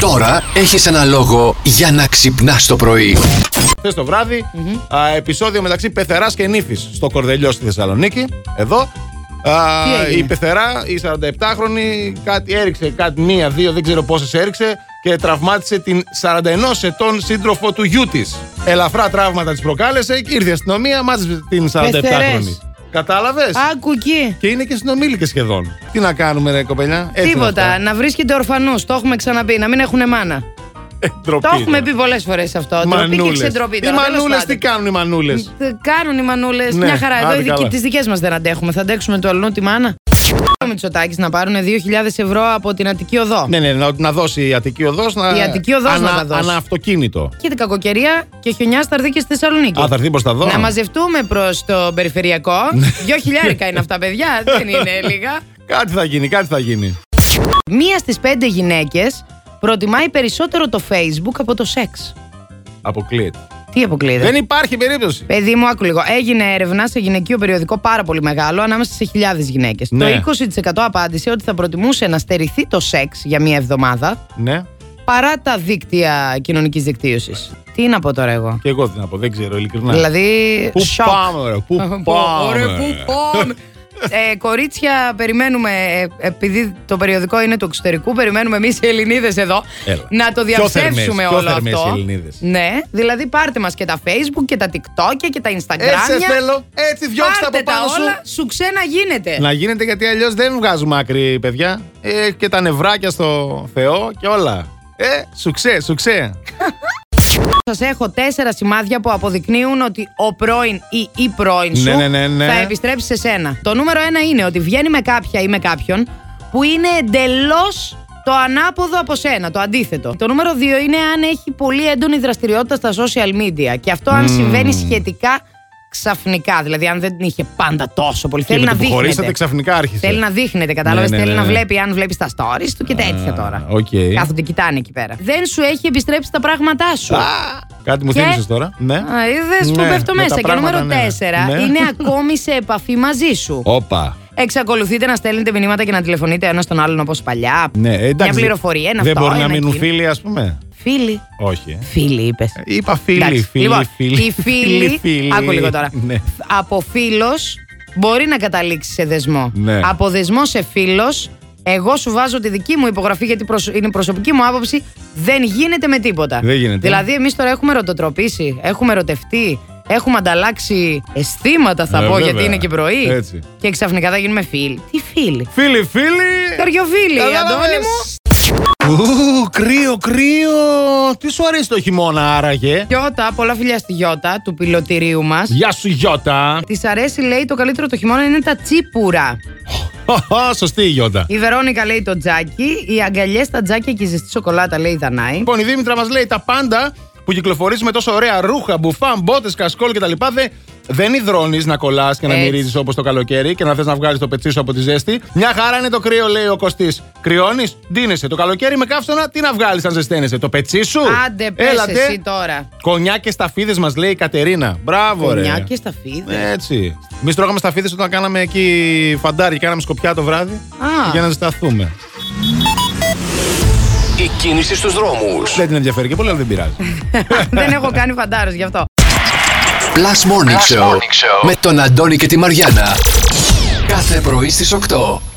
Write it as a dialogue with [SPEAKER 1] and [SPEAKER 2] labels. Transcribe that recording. [SPEAKER 1] Τώρα έχεις ένα λόγο για να ξυπνάς το πρωί.
[SPEAKER 2] Χθες το βραδυ α, επεισόδιο μεταξύ Πεθεράς και Νύφης στο Κορδελιό στη Θεσσαλονίκη. Εδώ.
[SPEAKER 3] Τι
[SPEAKER 2] Α,
[SPEAKER 3] έγινε?
[SPEAKER 2] η Πεθερά, η 47χρονη, κάτι έριξε, κάτι μία, δύο, δεν ξέρω πόσες έριξε και τραυμάτισε την 41 ετών σύντροφο του γιού της. Ελαφρά τραύματα της προκάλεσε και ήρθε η αστυνομία, μάζεψε την 47χρονη.
[SPEAKER 3] Πεθερές.
[SPEAKER 2] Κατάλαβες.
[SPEAKER 3] Άκου εκεί.
[SPEAKER 2] Και είναι και συνομήλικες σχεδόν. Τι να κάνουμε, ρε κοπελιά. Έτσι είναι
[SPEAKER 3] Τίποτα.
[SPEAKER 2] αυτά.
[SPEAKER 3] Να βρίσκεται ορφανού. Το έχουμε ξαναπεί. Να μην έχουν μάνα.
[SPEAKER 2] Ε, ντροπή
[SPEAKER 3] Το έχουμε
[SPEAKER 2] είναι.
[SPEAKER 3] πει πολλές φορές αυτό. Ντροπή και
[SPEAKER 2] Μανούλες.
[SPEAKER 3] ξεντροπή.
[SPEAKER 2] Οι
[SPEAKER 3] Τώρα, τέλος
[SPEAKER 2] μανούλες τι
[SPEAKER 3] πάντων.
[SPEAKER 2] κάνουν οι μανούλες.
[SPEAKER 3] Ε, Κάνουν οι μανούλες.
[SPEAKER 2] Ναι,
[SPEAKER 3] Μια χαρά.
[SPEAKER 2] άντε
[SPEAKER 3] Εδώ
[SPEAKER 2] καλά.
[SPEAKER 3] τις δικές μας δεν αντέχουμε. Θα αντέξουμε του αλλού τη μάνα. Ο Μητσοτάκη να πάρουν 2.000 ευρώ από την Αττική Οδό.
[SPEAKER 2] Ναι, ναι, να, να δώσει η Αττική Οδός. Να...
[SPEAKER 3] Η Αττική Οδός
[SPEAKER 2] ανα,
[SPEAKER 3] να τα δώσει.
[SPEAKER 2] Ανα αυτοκίνητο.
[SPEAKER 3] Και την κακοκαιρία και χιονιά θα έρθει και στη Θεσσαλονίκη.
[SPEAKER 2] Α, θα έρθει προ τα δω.
[SPEAKER 3] Ναι. Να μαζευτούμε προς το περιφερειακό.
[SPEAKER 2] Ναι.
[SPEAKER 3] Δυο χιλιάρικα είναι αυτά, παιδιά. Δεν είναι λίγα.
[SPEAKER 2] Κάτι θα γίνει, κάτι θα γίνει.
[SPEAKER 3] Μία στις πέντε γυναίκες προτιμάει περισσότερο το Facebook από το σεξ.
[SPEAKER 2] Αποκλείεται.
[SPEAKER 3] Τι αποκλείεται.
[SPEAKER 2] Δεν υπάρχει περίπτωση.
[SPEAKER 3] Παιδί μου, άκου λίγο. Έγινε έρευνα σε γυναικείο περιοδικό πάρα πολύ μεγάλο, ανάμεσα σε χιλιάδες γυναίκες.
[SPEAKER 2] Ναι.
[SPEAKER 3] Το 20% απάντησε ότι θα προτιμούσε να στερηθεί το σεξ για μία εβδομάδα
[SPEAKER 2] Ναι,
[SPEAKER 3] παρά τα δίκτυα κοινωνικής δικτύωσης. Τι να πω τώρα εγώ.
[SPEAKER 2] και εγώ τι να πω, δεν ξέρω, ειλικρινά.
[SPEAKER 3] Δηλαδή.
[SPEAKER 2] Ναι. πού
[SPEAKER 3] σοκ.
[SPEAKER 2] πάμε, ρε, πού πάμε.
[SPEAKER 3] Ωραία, πού πάμε. Ε, κορίτσια, περιμένουμε, ε, επειδή το περιοδικό είναι του εξωτερικού, περιμένουμε εμείς οι Ελληνίδες εδώ
[SPEAKER 2] Έλα.
[SPEAKER 3] να το
[SPEAKER 2] Πιο θερμές,
[SPEAKER 3] διαψεύσουμε
[SPEAKER 2] πιο
[SPEAKER 3] όλο
[SPEAKER 2] θερμές
[SPEAKER 3] αυτό.
[SPEAKER 2] οι Ελληνίδες.
[SPEAKER 3] Ναι, δηλαδή πάρτε μας και τα Facebook και τα TikTok και τα Instagram.
[SPEAKER 2] Έτσι Ε, σε θέλω, έτσι διώξτε
[SPEAKER 3] Πάρτε
[SPEAKER 2] από πάνω
[SPEAKER 3] τα
[SPEAKER 2] σου.
[SPEAKER 3] όλα, σου ξένα γίνεται.
[SPEAKER 2] Να γίνεται γιατί αλλιώς δεν βγάζουμε άκρη, παιδιά. Ε, και τα νευράκια στο Θεό και όλα. Ε, σου ξέ, σου ξέ.
[SPEAKER 3] Σας έχω τέσσερα σημάδια που αποδεικνύουν ότι ο πρώην ή η πρώην σου
[SPEAKER 2] Ναι, ναι, ναι, ναι.
[SPEAKER 3] θα επιστρέψει σε σένα. Το νούμερο ένα είναι ότι βγαίνει με κάποια ή με κάποιον που είναι εντελώς το ανάποδο από σένα, το αντίθετο. Το νούμερο δύο είναι αν έχει πολύ έντονη δραστηριότητα στα social media. Και αυτό αν συμβαίνει σχετικά ξαφνικά. Δηλαδή, αν δεν την είχε πάντα τόσο πολύ.
[SPEAKER 2] και
[SPEAKER 3] θέλει
[SPEAKER 2] με
[SPEAKER 3] να
[SPEAKER 2] το που χωρίσατε
[SPEAKER 3] δείχνεται.
[SPEAKER 2] ξαφνικά άρχισε.
[SPEAKER 3] Θέλει να δείχνεται, κατάλαβες.
[SPEAKER 2] Ναι, ναι,
[SPEAKER 3] θέλει
[SPEAKER 2] ναι,
[SPEAKER 3] να
[SPEAKER 2] ναι.
[SPEAKER 3] βλέπει αν βλέπει τα stories του και τέτοια τώρα.
[SPEAKER 2] οκ.
[SPEAKER 3] Κάθονται, κοιτάνε εκεί πέρα. Δεν σου έχει επιστρέψει τα πράγματά σου.
[SPEAKER 2] Κάτι μου
[SPEAKER 3] Και-
[SPEAKER 2] θύμισες τώρα. Ναι.
[SPEAKER 3] Είδε που
[SPEAKER 2] Ναι,
[SPEAKER 3] πέφτω
[SPEAKER 2] με τα
[SPEAKER 3] μέσα. Και νούμερο
[SPEAKER 2] πράγματα,
[SPEAKER 3] 4
[SPEAKER 2] ναι. Ναι.
[SPEAKER 3] είναι ακόμη σε επαφή μαζί σου.
[SPEAKER 2] Όπα.
[SPEAKER 3] Εξακολουθείτε να στέλνετε μηνύματα και να τηλεφωνείτε ένα τον άλλον όπως παλιά.
[SPEAKER 2] Ναι, εντάξει.
[SPEAKER 3] Μια πληροφορία, ένα
[SPEAKER 2] Δεν
[SPEAKER 3] αυτό.
[SPEAKER 2] μπορεί να
[SPEAKER 3] ένα
[SPEAKER 2] μείνουν
[SPEAKER 3] εκείνο.
[SPEAKER 2] φίλοι, ας πούμε.
[SPEAKER 3] Φίλοι.
[SPEAKER 2] Όχι. ε.
[SPEAKER 3] Φίλοι, είπες.
[SPEAKER 2] Είπα φίλοι, φίλοι,
[SPEAKER 3] λοιπόν,
[SPEAKER 2] φίλοι.
[SPEAKER 3] οι φίλοι. Άκου λίγο τώρα.
[SPEAKER 2] Ναι.
[SPEAKER 3] Από φίλος μπορεί να καταλήξει σε δεσμό.
[SPEAKER 2] Ναι.
[SPEAKER 3] Από δεσμό σε φίλος, εγώ σου βάζω τη δική μου υπογραφή γιατί προσω- είναι προσωπική μου άποψη. Δεν γίνεται με τίποτα.
[SPEAKER 2] Δεν γίνεται.
[SPEAKER 3] Δηλαδή, εμείς τώρα έχουμε ρωτοτροπήσει, έχουμε ρωτευτεί, έχουμε ανταλλάξει αισθήματα, θα
[SPEAKER 2] Ε,
[SPEAKER 3] πω,
[SPEAKER 2] βέβαια.
[SPEAKER 3] γιατί είναι και πρωί.
[SPEAKER 2] Έτσι.
[SPEAKER 3] Και ξαφνικά θα γίνουμε φίλοι. Τι φίλοι.
[SPEAKER 2] Φίλοι, φίλοι.
[SPEAKER 3] Καριοφίλοι,
[SPEAKER 2] Κατάλαβες.
[SPEAKER 3] Αντώνη μου.
[SPEAKER 2] Ου, κρύο, κρύο. Τι σου αρέσει το χειμώνα, άραγε.
[SPEAKER 3] Γιώτα, πολλά φιλιά στη Γιώτα του πιλωτηρίου μας.
[SPEAKER 2] Γεια σου, Γιώτα.
[SPEAKER 3] Της αρέσει, λέει, το καλύτερο το χειμώνα είναι τα τσίπουρα.
[SPEAKER 2] Χαχα, Σωστή η Γιώτα.
[SPEAKER 3] Η Βερόνικα λέει το τζάκι. Οι αγκαλιές στα τζάκια και η ζεστή σοκολάτα λέει η Δανάη.
[SPEAKER 2] Λοιπόν, η Δήμητρα μας λέει τα πάντα που κυκλοφορείς με τόσο ωραία ρούχα, μπουφάν, μπότες, κασκόλ κτλ. Δε, δεν υδρώνεις να κολλάς και να
[SPEAKER 3] Έτσι.
[SPEAKER 2] μυρίζεις όπως το καλοκαίρι και να θες να βγάλεις το πετσί σου από τη ζέστη. Μια χαρά είναι το κρύο, λέει ο Κωστής. Κρυώνεις, ντύνεσαι. Το καλοκαίρι με καύσωνα, τι να βγάλεις αν ζεσταίνεσαι. Το πετσί σου.
[SPEAKER 3] Άντε, πες εσύ τώρα.
[SPEAKER 2] Κονιά και σταφίδες μας λέει η Κατερίνα. Μπράβο, ρε.
[SPEAKER 3] Κονιά και στα φίδια.
[SPEAKER 2] Έτσι. Εμείς τρώγαμε σταφίδες όταν κάναμε εκεί φαντάρι, κάναμε σκοπιά το βράδυ
[SPEAKER 3] Α.
[SPEAKER 2] για να ζεσταθούμε.
[SPEAKER 1] Η κίνηση στους δρόμους.
[SPEAKER 2] Δεν την ενδιαφέρει και πολύ, αλλά δεν πειράζει.
[SPEAKER 3] Δεν έχω κάνει φαντάρο γι' αυτό.
[SPEAKER 1] Plus Morning, Show, με τον Αντώνη και τη Μαριάνα. Κάθε πρωί στις 8.